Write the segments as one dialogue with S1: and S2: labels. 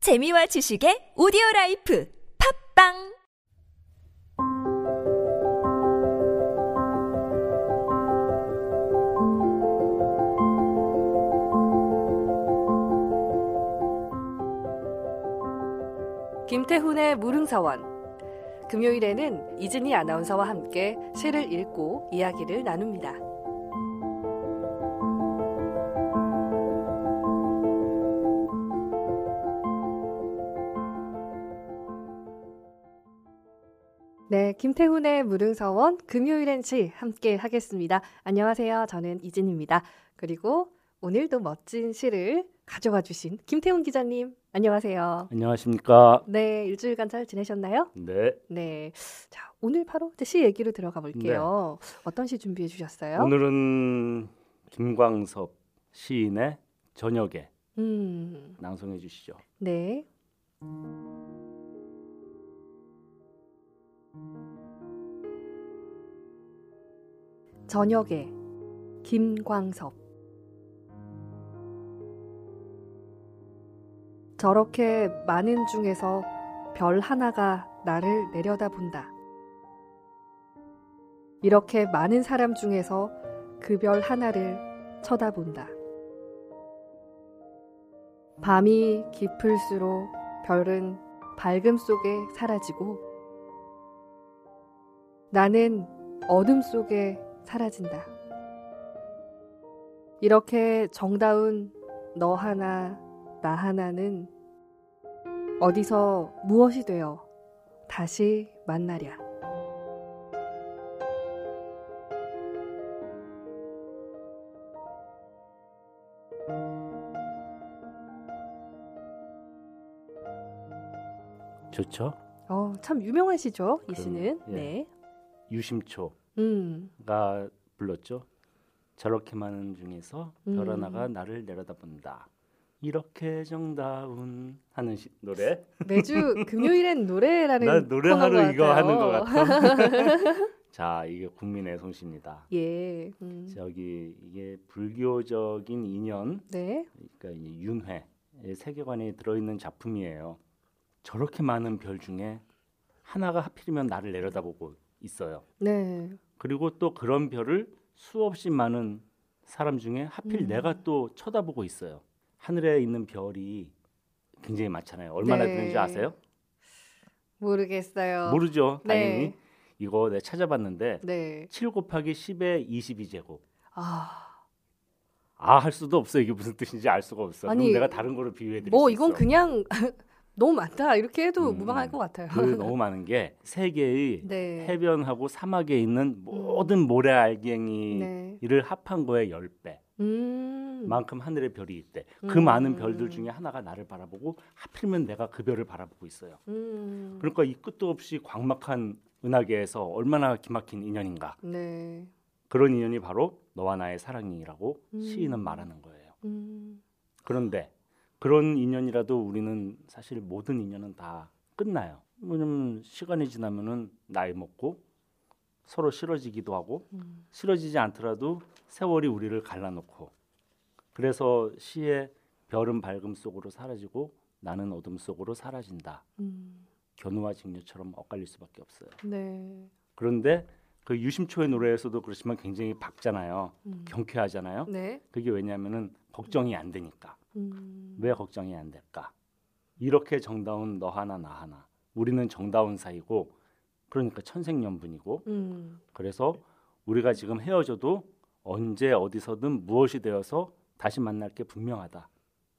S1: 재미와 지식의 오디오 라이프 팝빵
S2: 김태훈의 무릉서원 금요일에는 이진희 아나운서와 함께 시를 읽고 이야기를 나눕니다. 네, 김태훈의 무릉서원 금요일엔 시 함께 하겠습니다. 안녕하세요. 저는 이진입니다. 그리고 오늘도 멋진 시를 가져와 주신 김태훈 기자님, 안녕하세요.
S3: 안녕하십니까.
S2: 네, 일주일간 잘 지내셨나요?
S3: 네.
S2: 네. 자, 오늘 바로 이제 시 얘기로 들어가 볼게요. 어떤 시 준비해 주셨어요?
S3: 오늘은 김광섭 시인의 저녁에
S2: 음.
S3: 낭송해 주시죠.
S2: 네. 저녁에 김광섭 저렇게 많은 중에서 별 하나가 나를 내려다본다. 이렇게 많은 사람 중에서 그 별 하나를 쳐다본다. 밤이 깊을수록 별은 밝음 속에 사라지고 나는 어둠 속에 사라진다. 이렇게 정다운 너 하나, 나 하나는 어디서 무엇이 되어 다시 만나랴.
S3: 좋죠.
S2: 어, 참 유명한 시죠, 이
S3: 그럼요.
S2: 시는.
S3: 예.
S2: 네.
S3: 유심초가
S2: 음.
S3: 불렀죠. 저렇게 많은 중에서 별
S2: 음.
S3: 하나가 나를 내려다본다. 이렇게 정다운 하는 시, 노래.
S2: 매주 금요일엔 노래라는
S3: 나
S2: 코너인
S3: 노래하러
S2: 것
S3: 이거
S2: 같아요.
S3: 하는 것 같아. 자, 이게 국민의 송시입니다.
S2: 예. 음.
S3: 저기 이게 불교적인 인연
S2: 네.
S3: 그러니까 이 윤회의 세계관이 들어있는 작품이에요. 저렇게 많은 별 중에 하나가 하필이면 나를 내려다보고 있어요.
S2: 네.
S3: 그리고 또 그런 별을 수없이 많은 사람 중에 하필
S2: 음.
S3: 내가 또 쳐다보고 있어요. 하늘에 있는 별이 굉장히 많잖아요. 얼마나
S2: 네.
S3: 되는지 아세요?
S2: 모르겠어요.
S3: 모르죠, 당연히.
S2: 네.
S3: 이거 내가 찾아봤는데
S2: 네.
S3: 7 곱하기 10의 22제곱.
S2: 아.
S3: 아 할 수도 없어. 이게 무슨 뜻인지 알 수가 없어.
S2: 아니,
S3: 그럼 내가 다른 거로 비유해 드릴
S2: 뭐
S3: 수
S2: 이건
S3: 있어.
S2: 그냥 너무 많다. 이렇게 해도
S3: 음,
S2: 무방할 것 같아요.
S3: 그 너무 많은 게 세계의
S2: 네.
S3: 해변하고 사막에 있는 모든 모래 알갱이를
S2: 음. 네.
S3: 합한 거의 10배
S2: 음.
S3: 만큼 하늘에 별이 있대. 그
S2: 음.
S3: 많은 별들 중에 하나가 나를 바라보고 하필이면 내가 그 별을 바라보고 있어요.
S2: 음.
S3: 그러니까 이 끝도 없이 광막한 은하계에서 얼마나 기막힌 인연인가.
S2: 네.
S3: 그런 인연이 바로 너와 나의 사랑이라고
S2: 음.
S3: 시인은 말하는 거예요.
S2: 음.
S3: 그런데 그런 인연이라도 우리는 사실 모든 인연은 다 끝나요. 왜냐면 시간이 지나면은 나이 먹고 서로 싫어지기도 하고
S2: 음.
S3: 싫어지지 않더라도 세월이 우리를 갈라놓고 그래서 시의 별은 밝음 속으로 사라지고 나는 어둠 속으로 사라진다.
S2: 음.
S3: 견우와 직녀처럼 엇갈릴 수밖에 없어요.
S2: 네.
S3: 그런데 그 유심초의 노래에서도 그렇지만 굉장히 밝잖아요.
S2: 음.
S3: 경쾌하잖아요.
S2: 네.
S3: 그게 왜냐면은 걱정이 안 되니까.
S2: 음.
S3: 왜 걱정이 안 될까? 이렇게 정다운 너 하나 나 하나. 우리는 정다운 사이고 그러니까 천생연분이고
S2: 음.
S3: 그래서 우리가 지금 헤어져도 언제 어디서든 무엇이 되어서 다시 만날 게 분명하다.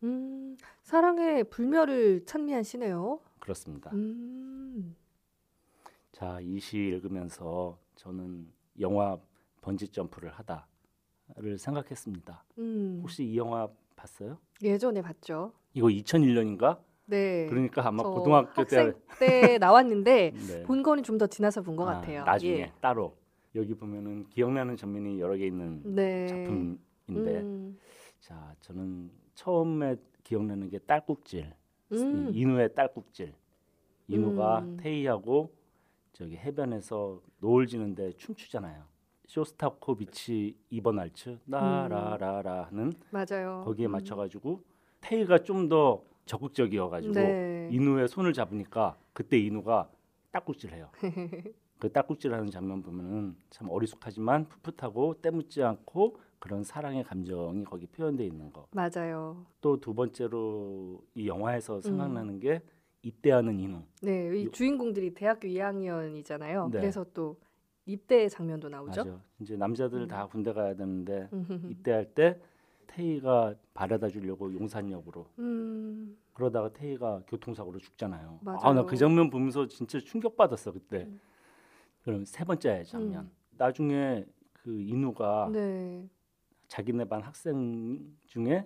S2: 음. 사랑의 불멸을 찬미한 시네요.
S3: 그렇습니다.
S2: 음.
S3: 자, 이 시 읽으면서 저는 영화 번지 점프를 하다를 생각했습니다.
S2: 음.
S3: 혹시 이 영화 봤어요?
S2: 예전에 봤죠.
S3: 이거 2001년인가?
S2: 네.
S3: 그러니까 아마
S2: 저
S3: 고등학교 때
S2: 학생 때 나왔는데
S3: 네.
S2: 본 거는 좀 더 지나서 본 것
S3: 아,
S2: 같아요.
S3: 나중에
S2: 예.
S3: 따로 여기 보면은 기억나는 장면이 여러 개 있는
S2: 네.
S3: 작품인데
S2: 음.
S3: 자 저는 처음에 기억나는 게 딸꾹질
S2: 음.
S3: 이- 인우의 딸꾹질 인우가
S2: 음.
S3: 테이하고 저기 해변에서 노을 지는데 춤추잖아요. 쇼스타코비치 이번 알츠 나라라라 하는
S2: 맞아요.
S3: 거기에
S2: 음.
S3: 맞춰가지고 테이가 좀 더 적극적이어가지고
S2: 네.
S3: 인우의 손을 잡으니까 그때 인우가 딸꾹질해요. 그 딸꾹질하는 장면 보면은 참 어리숙하지만 풋풋하고 때묻지 않고 그런 사랑의 감정이 거기 표현돼 있는 거.
S2: 맞아요.
S3: 또 두 번째로 이
S2: 음.
S3: 영화에서 생각나는 게 입대하는 인우.
S2: 네, 이
S3: 요-
S2: 주인공들이 대학교 2학년이잖아요.
S3: 네.
S2: 그래서 또 입대 장면도 나오죠.
S3: 맞아. 이제 남자들
S2: 음.
S3: 다 군대 가야 되는데
S2: 음.
S3: 입대할 때 태희가 바래다 주려고 용산역으로
S2: 음,
S3: 그러다가 태희가 교통사고로 죽잖아요.
S2: 맞아요.
S3: 아, 나 그 장면 보면서 진짜 충격받았어 그때.
S2: 음.
S3: 그럼 세 번째 장면.
S2: 음.
S3: 나중에 그 인우가
S2: 네.
S3: 자기네 반 학생 중에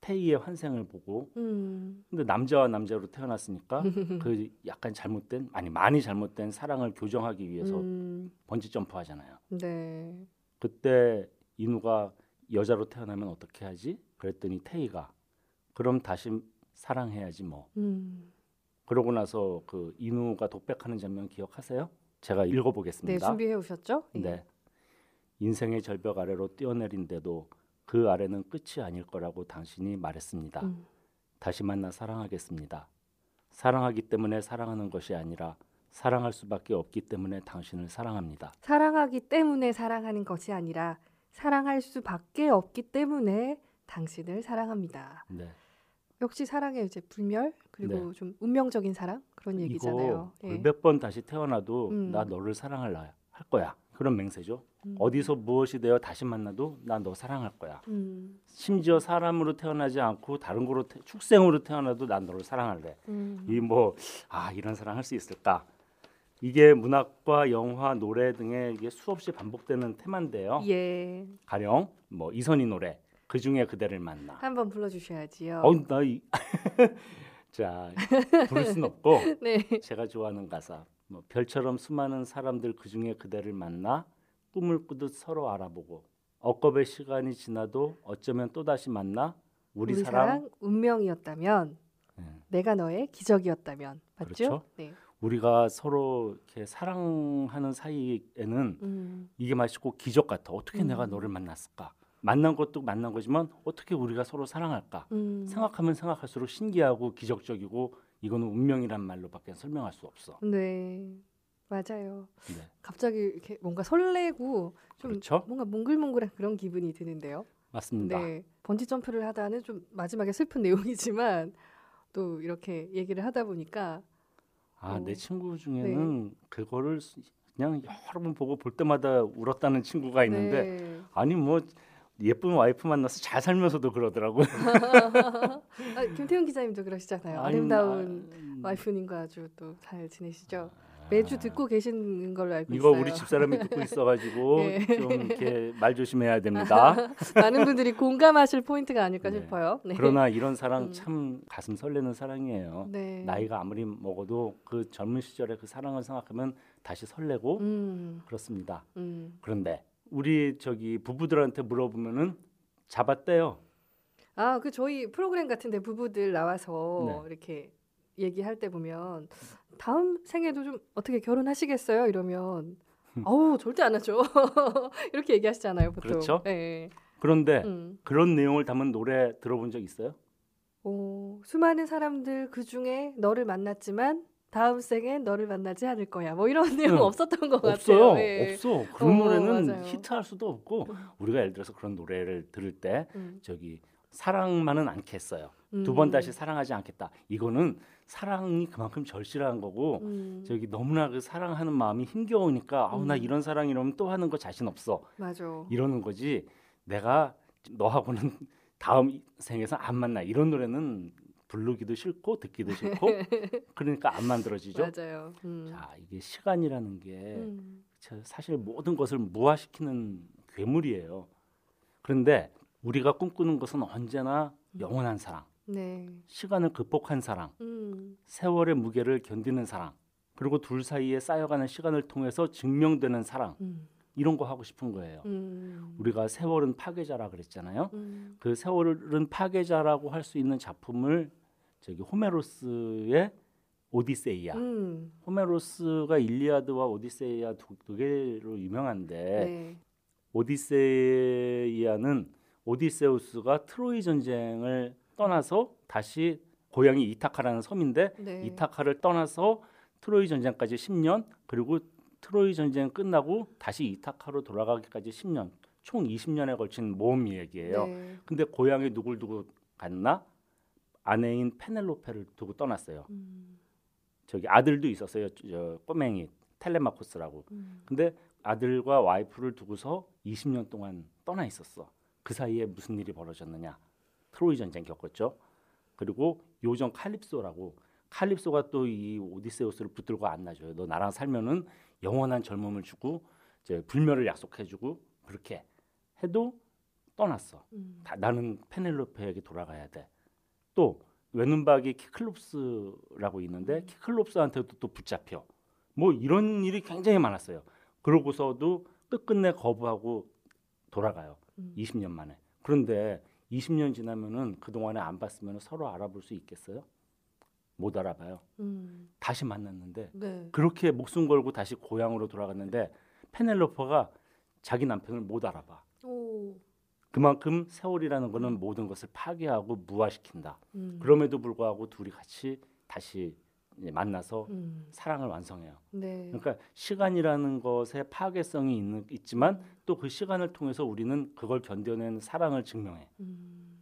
S3: 태희의 환생을 보고
S2: 음.
S3: 근데 남자와 남자로 태어났으니까 그 약간 잘못된 아니 많이 잘못된 사랑을 교정하기 위해서
S2: 음,
S3: 번지 점프 하잖아요.
S2: 네.
S3: 그때 인우가 여자로 태어나면 어떻게 하지? 그랬더니 태희가 그럼 다시 사랑해야지 뭐.
S2: 음.
S3: 그러고 나서 그 인우가 독백하는 장면 기억하세요? 제가
S2: 네,
S3: 읽어보겠습니다.
S2: 준비해 오셨죠? 예.
S3: 네. 인생의 절벽 아래로 뛰어내린데도 그 아래는 끝이 아닐 거라고 당신이 말했습니다.
S2: 음.
S3: 다시 만나 사랑하겠습니다. 사랑하기 때문에 사랑하는 것이 아니라 사랑할 수밖에 없기 때문에 당신을 사랑합니다.
S2: 사랑하기 때문에 사랑하는 것이 아니라 사랑할 수밖에 없기 때문에 당신을 사랑합니다.
S3: 네.
S2: 역시 사랑의 이제 불멸 그리고 좀 운명적인 사랑 그런 얘기잖아요.
S3: 이거
S2: 예.
S3: 몇백 번 다시 태어나도
S2: 음.
S3: 나 너를 사랑할 나- 할 거야. 그런 맹세죠.
S2: 음.
S3: 어디서 무엇이 되어 다시 만나도 나 너 사랑할 거야.
S2: 음.
S3: 심지어 사람으로 태어나지 않고 다른 거로 태, 축생으로 태어나도 난 너를 사랑할래.
S2: 음.
S3: 이 뭐 아 이런 사랑 할 수 있을까? 이게 문학과 영화, 노래 등에 이게 수없이 반복되는 테마인데요.
S2: 예.
S3: 가령 뭐 이선희 노래 그 중에 그대를 만나.
S2: 한번 불러 주셔야지요.
S3: 어, 나 이... 자 부를 순 없고
S2: 네.
S3: 제가 좋아하는 가사 뭐 별처럼 수많은 사람들 그중에 그대를 만나 꿈을 꾸듯 서로 알아보고 억겁의 시간이 지나도 어쩌면 또다시 만나 우리, 사랑,
S2: 운명이었다면
S3: 예.
S2: 내가 너의 기적이었다면 맞죠?
S3: 그렇죠.
S2: 네.
S3: 우리가 서로 이렇게 사랑하는 사이에는
S2: 음.
S3: 이게 마치 꼭 기적 같아 어떻게
S2: 음.
S3: 내가 너를 만났을까 만난 것도 만난 거지만 어떻게 우리가 서로 사랑할까
S2: 음.
S3: 생각하면 생각할수록 신기하고 기적적이고 이거는 운명이란 말로밖에 설명할 수 없어
S2: 네. 맞아요.
S3: 네.
S2: 갑자기 이렇게 뭔가 설레고 좀
S3: 그렇죠
S2: 뭔가 몽글몽글한 그런 기분이 드는데요.
S3: 맞습니다
S2: 네. 번지 점프를 하다는 좀 마지막에 슬픈 내용이지만 또 이렇게 얘기를 하다 보니까
S3: 아,
S2: 어.
S3: 내 친구 중에는
S2: 네.
S3: 그거를 수- 그냥 여러 번 보고 볼 때마다 울었다는 친구가 아, 있는데
S2: 네.
S3: 아니 뭐 예쁜 와이프 만나서 잘 살면서도 그러더라고.
S2: 아, 김태훈 기자님도 네, 그러시잖아요.
S3: 아니,
S2: 아름다운
S3: 아,
S2: 와이프님과 아주 또 잘 지내시죠. 매주 듣고 계시는 걸로 알고
S3: 이거
S2: 있어요.
S3: 우리 집사람이 듣고 있어가지고
S2: 네.
S3: 좀 이렇게 말 조심해야 됩니다.
S2: 많은 분들이 공감하실 포인트가 아닐까
S3: 네.
S2: 싶어요. 네.
S3: 그러나 이런 사랑
S2: 음.
S3: 참 가슴 설레는 사랑이에요.
S2: 네.
S3: 나이가 아무리 먹어도 그 젊은 시절의 그 사랑을 생각하면 다시 설레고
S2: 음,
S3: 그렇습니다.
S2: 음.
S3: 그런데 우리 저기 부부들한테 물어보면은 잡았대요.
S2: 아, 그 저희 프로그램 같은데 부부들 나와서
S3: 네.
S2: 이렇게 얘기할 때 보면 다음 생에도 좀 어떻게 결혼하시겠어요? 이러면 아우 절대 안 하죠. 이렇게 얘기하시잖아요, 보통.
S3: 그렇죠. 네.
S2: 예.
S3: 그런데
S2: 음.
S3: 그런 내용을 담은 노래 들어본 적 있어요?
S2: 어, 수많은 사람들 그 중에 너를 만났지만 다음 생엔 너를 만나지 않을 거야. 뭐 이런 내용
S3: 응.
S2: 없었던 것
S3: 없어요.
S2: 같아요. 예.
S3: 없어. 그런
S2: 어,
S3: 노래는
S2: 맞아요.
S3: 히트할 수도 없고
S2: 음.
S3: 우리가 예를 들어서 그런 노래를 들을 때
S2: 음,
S3: 저기 사랑만은 않겠어요. 두
S2: 음,
S3: 번 다시 사랑하지 않겠다. 이거는 사랑이 그만큼 절실한 거고
S2: 음,
S3: 저기 너무나 그 사랑하는 마음이 힘겨우니까 아우 나
S2: 음.
S3: 이런 사랑 이러면 또 하는 거 자신 없어.
S2: 맞아.
S3: 이러는 거지. 내가 너하고는 다음 생에서 안 만나. 이런 노래는 부르기도 싫고 듣기도 싫고 그러니까 안 만들어지죠.
S2: 맞아요. 음.
S3: 자 네. 이게 시간이라는 게
S2: 음.
S3: 저 사실 모든 것을 무화시키는 괴물이에요. 그런데 우리가 꿈꾸는 것은 언제나
S2: 음.
S3: 영원한 사랑,
S2: 네.
S3: 시간을 극복한 사랑,
S2: 음.
S3: 세월의 무게를 견디는 사랑, 그리고 둘 사이에 쌓여가는 시간을 통해서 증명되는 사랑
S2: 음.
S3: 이런 거 하고 싶은 거예요.
S2: 음.
S3: 우리가 세월은 파괴자라 그랬잖아요.
S2: 음.
S3: 그 세월은 파괴자라고 할 수 있는 작품을 저기 호메로스의 오디세이아
S2: 음.
S3: 호메로스가 일리아드와 오디세이아 두, 두 개로 유명한데
S2: 네.
S3: 오디세이아는 오디세우스가 트로이 전쟁을 떠나서 다시 고향이 이타카라는 섬인데
S2: 네.
S3: 이타카를 떠나서 트로이 전쟁까지 10년 그리고 트로이 전쟁 끝나고 다시 이타카로 돌아가기까지 10년 총 20년에 걸친 모험 이야기예요.
S2: 네.
S3: 근데 고향에 누굴 두고 갔나? 아내인 페넬로페를 두고 떠났어요.
S2: 음,
S3: 저기 아들도 있었어요. 저 꼬맹이 텔레마코스라고.
S2: 음.
S3: 근데 아들과 와이프를 두고서 20년 동안 떠나 있었어. 그 사이에 무슨 일이 벌어졌느냐? 트로이 전쟁 겪었죠. 그리고 요정 칼립소라고 칼립소가 또 이 오디세우스를 붙들고 안 놔줘요. 너 나랑 살면은 영원한 젊음을 주고 이제 불멸을 약속해주고 그렇게 해도 떠났어.
S2: 음.
S3: 다- 나는 페넬로페에게 돌아가야 돼. 또 외눈박이 키클롭스라고 있는데 키클롭스한테도 또 붙잡혀. 뭐 이런 일이 굉장히 많았어요. 그러고서도 끝끝내 거부하고 돌아가요.
S2: 음.
S3: 20년 만에. 그런데 20년 지나면은 그동안에 안 봤으면 서로 알아볼 수 있겠어요? 못 알아봐요.
S2: 음.
S3: 다시 만났는데
S2: 네.
S3: 그렇게 목숨 걸고 다시 고향으로 돌아갔는데 페넬로퍼가 자기 남편을 못 알아봐.
S2: 오.
S3: 그만큼 세월이라는 거는 모든 것을 파괴하고 무화시킨다.
S2: 음.
S3: 그럼에도 불구하고 둘이 같이 다시 이제 만나서
S2: 음.
S3: 사랑을 완성해요.
S2: 네.
S3: 그러니까 시간이라는 것에 파괴성이 있는, 있지만 또 그 시간을 통해서 우리는 그걸 견뎌낸 사랑을 증명해.
S2: 음.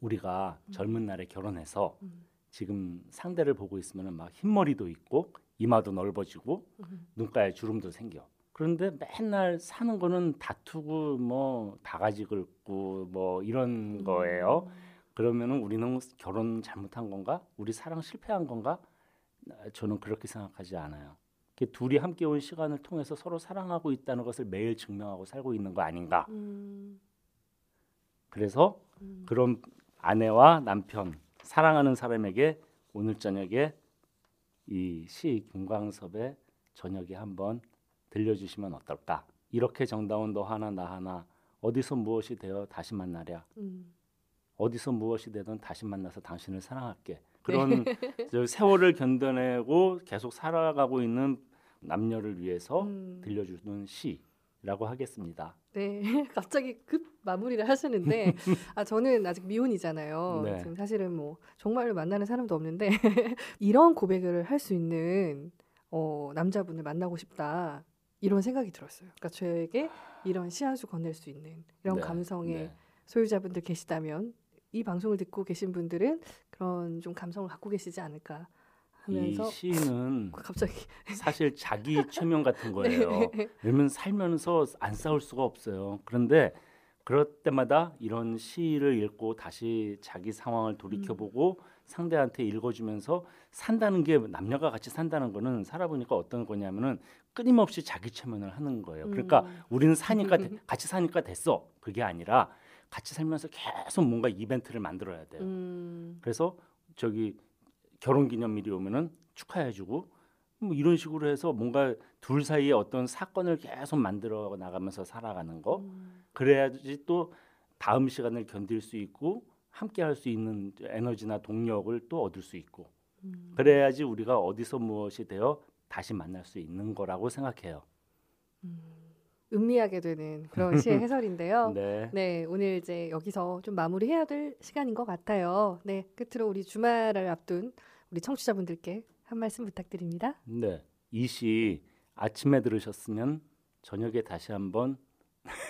S3: 우리가 젊은 날에 결혼해서
S2: 음.
S3: 지금 상대를 보고 있으면 막 흰머리도 있고 이마도 넓어지고
S2: 음.
S3: 눈가에 주름도 생겨. 그런데 맨날 사는 거는 다투고 뭐 바가지 긁고 뭐
S2: 음.
S3: 이런 거예요. 그러면은 우리는 결혼 잘못한 건가? 우리 사랑 실패한 건가? 아, 저는 그렇게 생각하지 않아요. 이렇게 둘이 함께 온 시간을 통해서 서로 사랑하고 있다는 것을 매일 증명하고 살고 있는 거 아닌가?
S2: 음.
S3: 그래서
S2: 음.
S3: 그런 아내와 남편 사랑하는 사람에게 오늘 저녁에 이 시 김광섭의 저녁에 한번 들려주시면 어떨까? 이렇게 정다운 너 하나 나 하나 어디서 무엇이 되어 다시 만나랴
S2: 음.
S3: 어디서 무엇이 되든 다시 만나서 당신을
S2: 네.
S3: 사랑할게. 그런 저 세월을 견뎌내고 계속 살아가고 있는 남녀를 위해서
S2: 음.
S3: 들려주는 시라고 하겠습니다.
S2: 네, 갑자기 급 마무리를 하시는데, 아, 저는 아직 미혼이잖아요.
S3: 네.
S2: 지금 사실은 뭐, 정말로 만나는 사람도 없는데, 이런 고백을 할 수 있는, 어, 남자분을 만나고 싶다. 이런 생각이 들었어요. 그러니까 저에게 이런 시한수 건넬 수 있는 이런
S3: 네,
S2: 감성의
S3: 네.
S2: 소유자분들 계시다면, 이 방송을 듣고 계신 분들은 그런 좀 감성을 갖고 계시지 않을까 하면서,
S3: 이 시는
S2: 갑자기. 네.
S3: 사실 자기 최면 같은 거예요. 왜냐면 살면서 안 싸울 수가 없어요. 그런데 그럴 때마다 이런 시를 읽고 다시 자기 상황을 돌이켜보고 상대한테 읽어주면서 산다는 게 남녀가 같이 산다는 거는 살아보니까 어떤 거냐면은 끊임없이 자기 최면을 하는 거예요. 그러니까
S2: 음,
S3: 우리는 사니까 돼- 같이 사니까 됐어. 그게 아니라 같이 살면서 계속 뭔가 이벤트를 만들어야 돼요.
S2: 음,
S3: 그래서 저기 결혼 기념일이 오면은 축하해주고 뭐 이런 식으로 해서 뭔가 둘 사이에 어떤 사건을 계속 만들어 나가면서 살아가는 거
S2: 음,
S3: 그래야지 또 다음 시간을 견딜 수 있고 함께 할 수 있는 에너지나 동력을 또 얻을 수 있고
S2: 음.
S3: 그래야지 우리가 어디서 무엇이 되어 다시 만날 수 있는 거라고 생각해요.
S2: 음, 음미하게 되는 그런 시의 해설인데요. 네.
S3: 네.
S2: 오늘 이제 여기서 좀 마무리해야 될 시간인 것 같아요. 네, 끝으로 우리 주말을 앞둔 우리 청취자분들께 한 말씀 부탁드립니다.
S3: 네. 이 시 아침에 들으셨으면 저녁에 다시 한번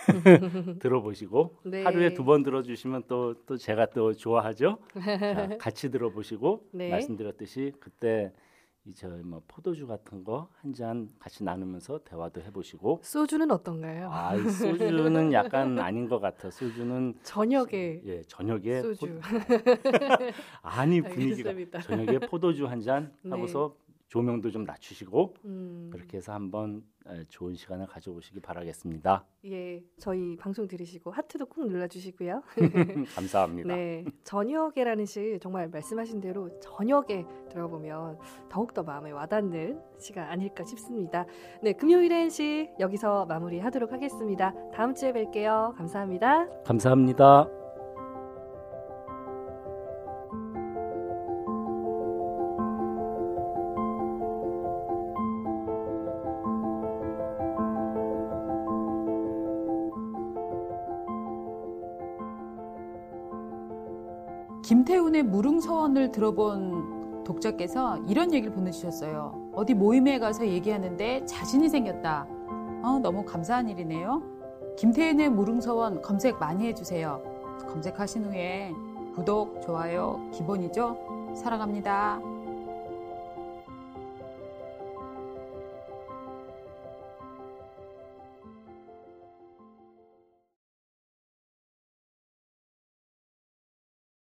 S3: 들어보시고
S2: 네.
S3: 하루에 두 번 들어주시면 또 또 제가 또 좋아하죠. 자, 같이 들어보시고
S2: 네.
S3: 말씀드렸듯이 그때 이저뭐 포도주 같은 거 한 잔 같이 나누면서 대화도 해보시고
S2: 소주는 어떤가요?
S3: 아이 소주는 약간 아닌 것 같아. 소주는
S2: 저녁에
S3: 예 저녁에 포-
S2: 소주.
S3: 아니 분위기가
S2: 알겠습니다.
S3: 저녁에 포도주 한 잔
S2: 네.
S3: 하고서 조명도 좀 낮추시고
S2: 음,
S3: 그렇게 해서 한번 에, 좋은 시간을 가져보시기 바라겠습니다.
S2: 예, 저희 방송 들으시고 하트도 꾹 눌러주시고요.
S3: 감사합니다.
S2: 네, 저녁에라는 시 정말 말씀하신 대로 저녁에 들어보면 더욱더 마음에 와닿는 시가 아닐까 싶습니다. 네, 금요일엔 시 여기서 마무리하도록 하겠습니다. 다음 주에 뵐게요. 감사합니다.
S3: 감사합니다.
S4: 김태훈의 무릉서원을 들어본 독자께서 이런 얘기를 보내주셨어요. 어디 모임에 가서 얘기하는데 자신이 생겼다. 어, 너무 감사한 일이네요. 김태훈의 무릉서원 검색 많이 해주세요. 검색하신 후에 구독, 좋아요, 기본이죠? 사랑합니다.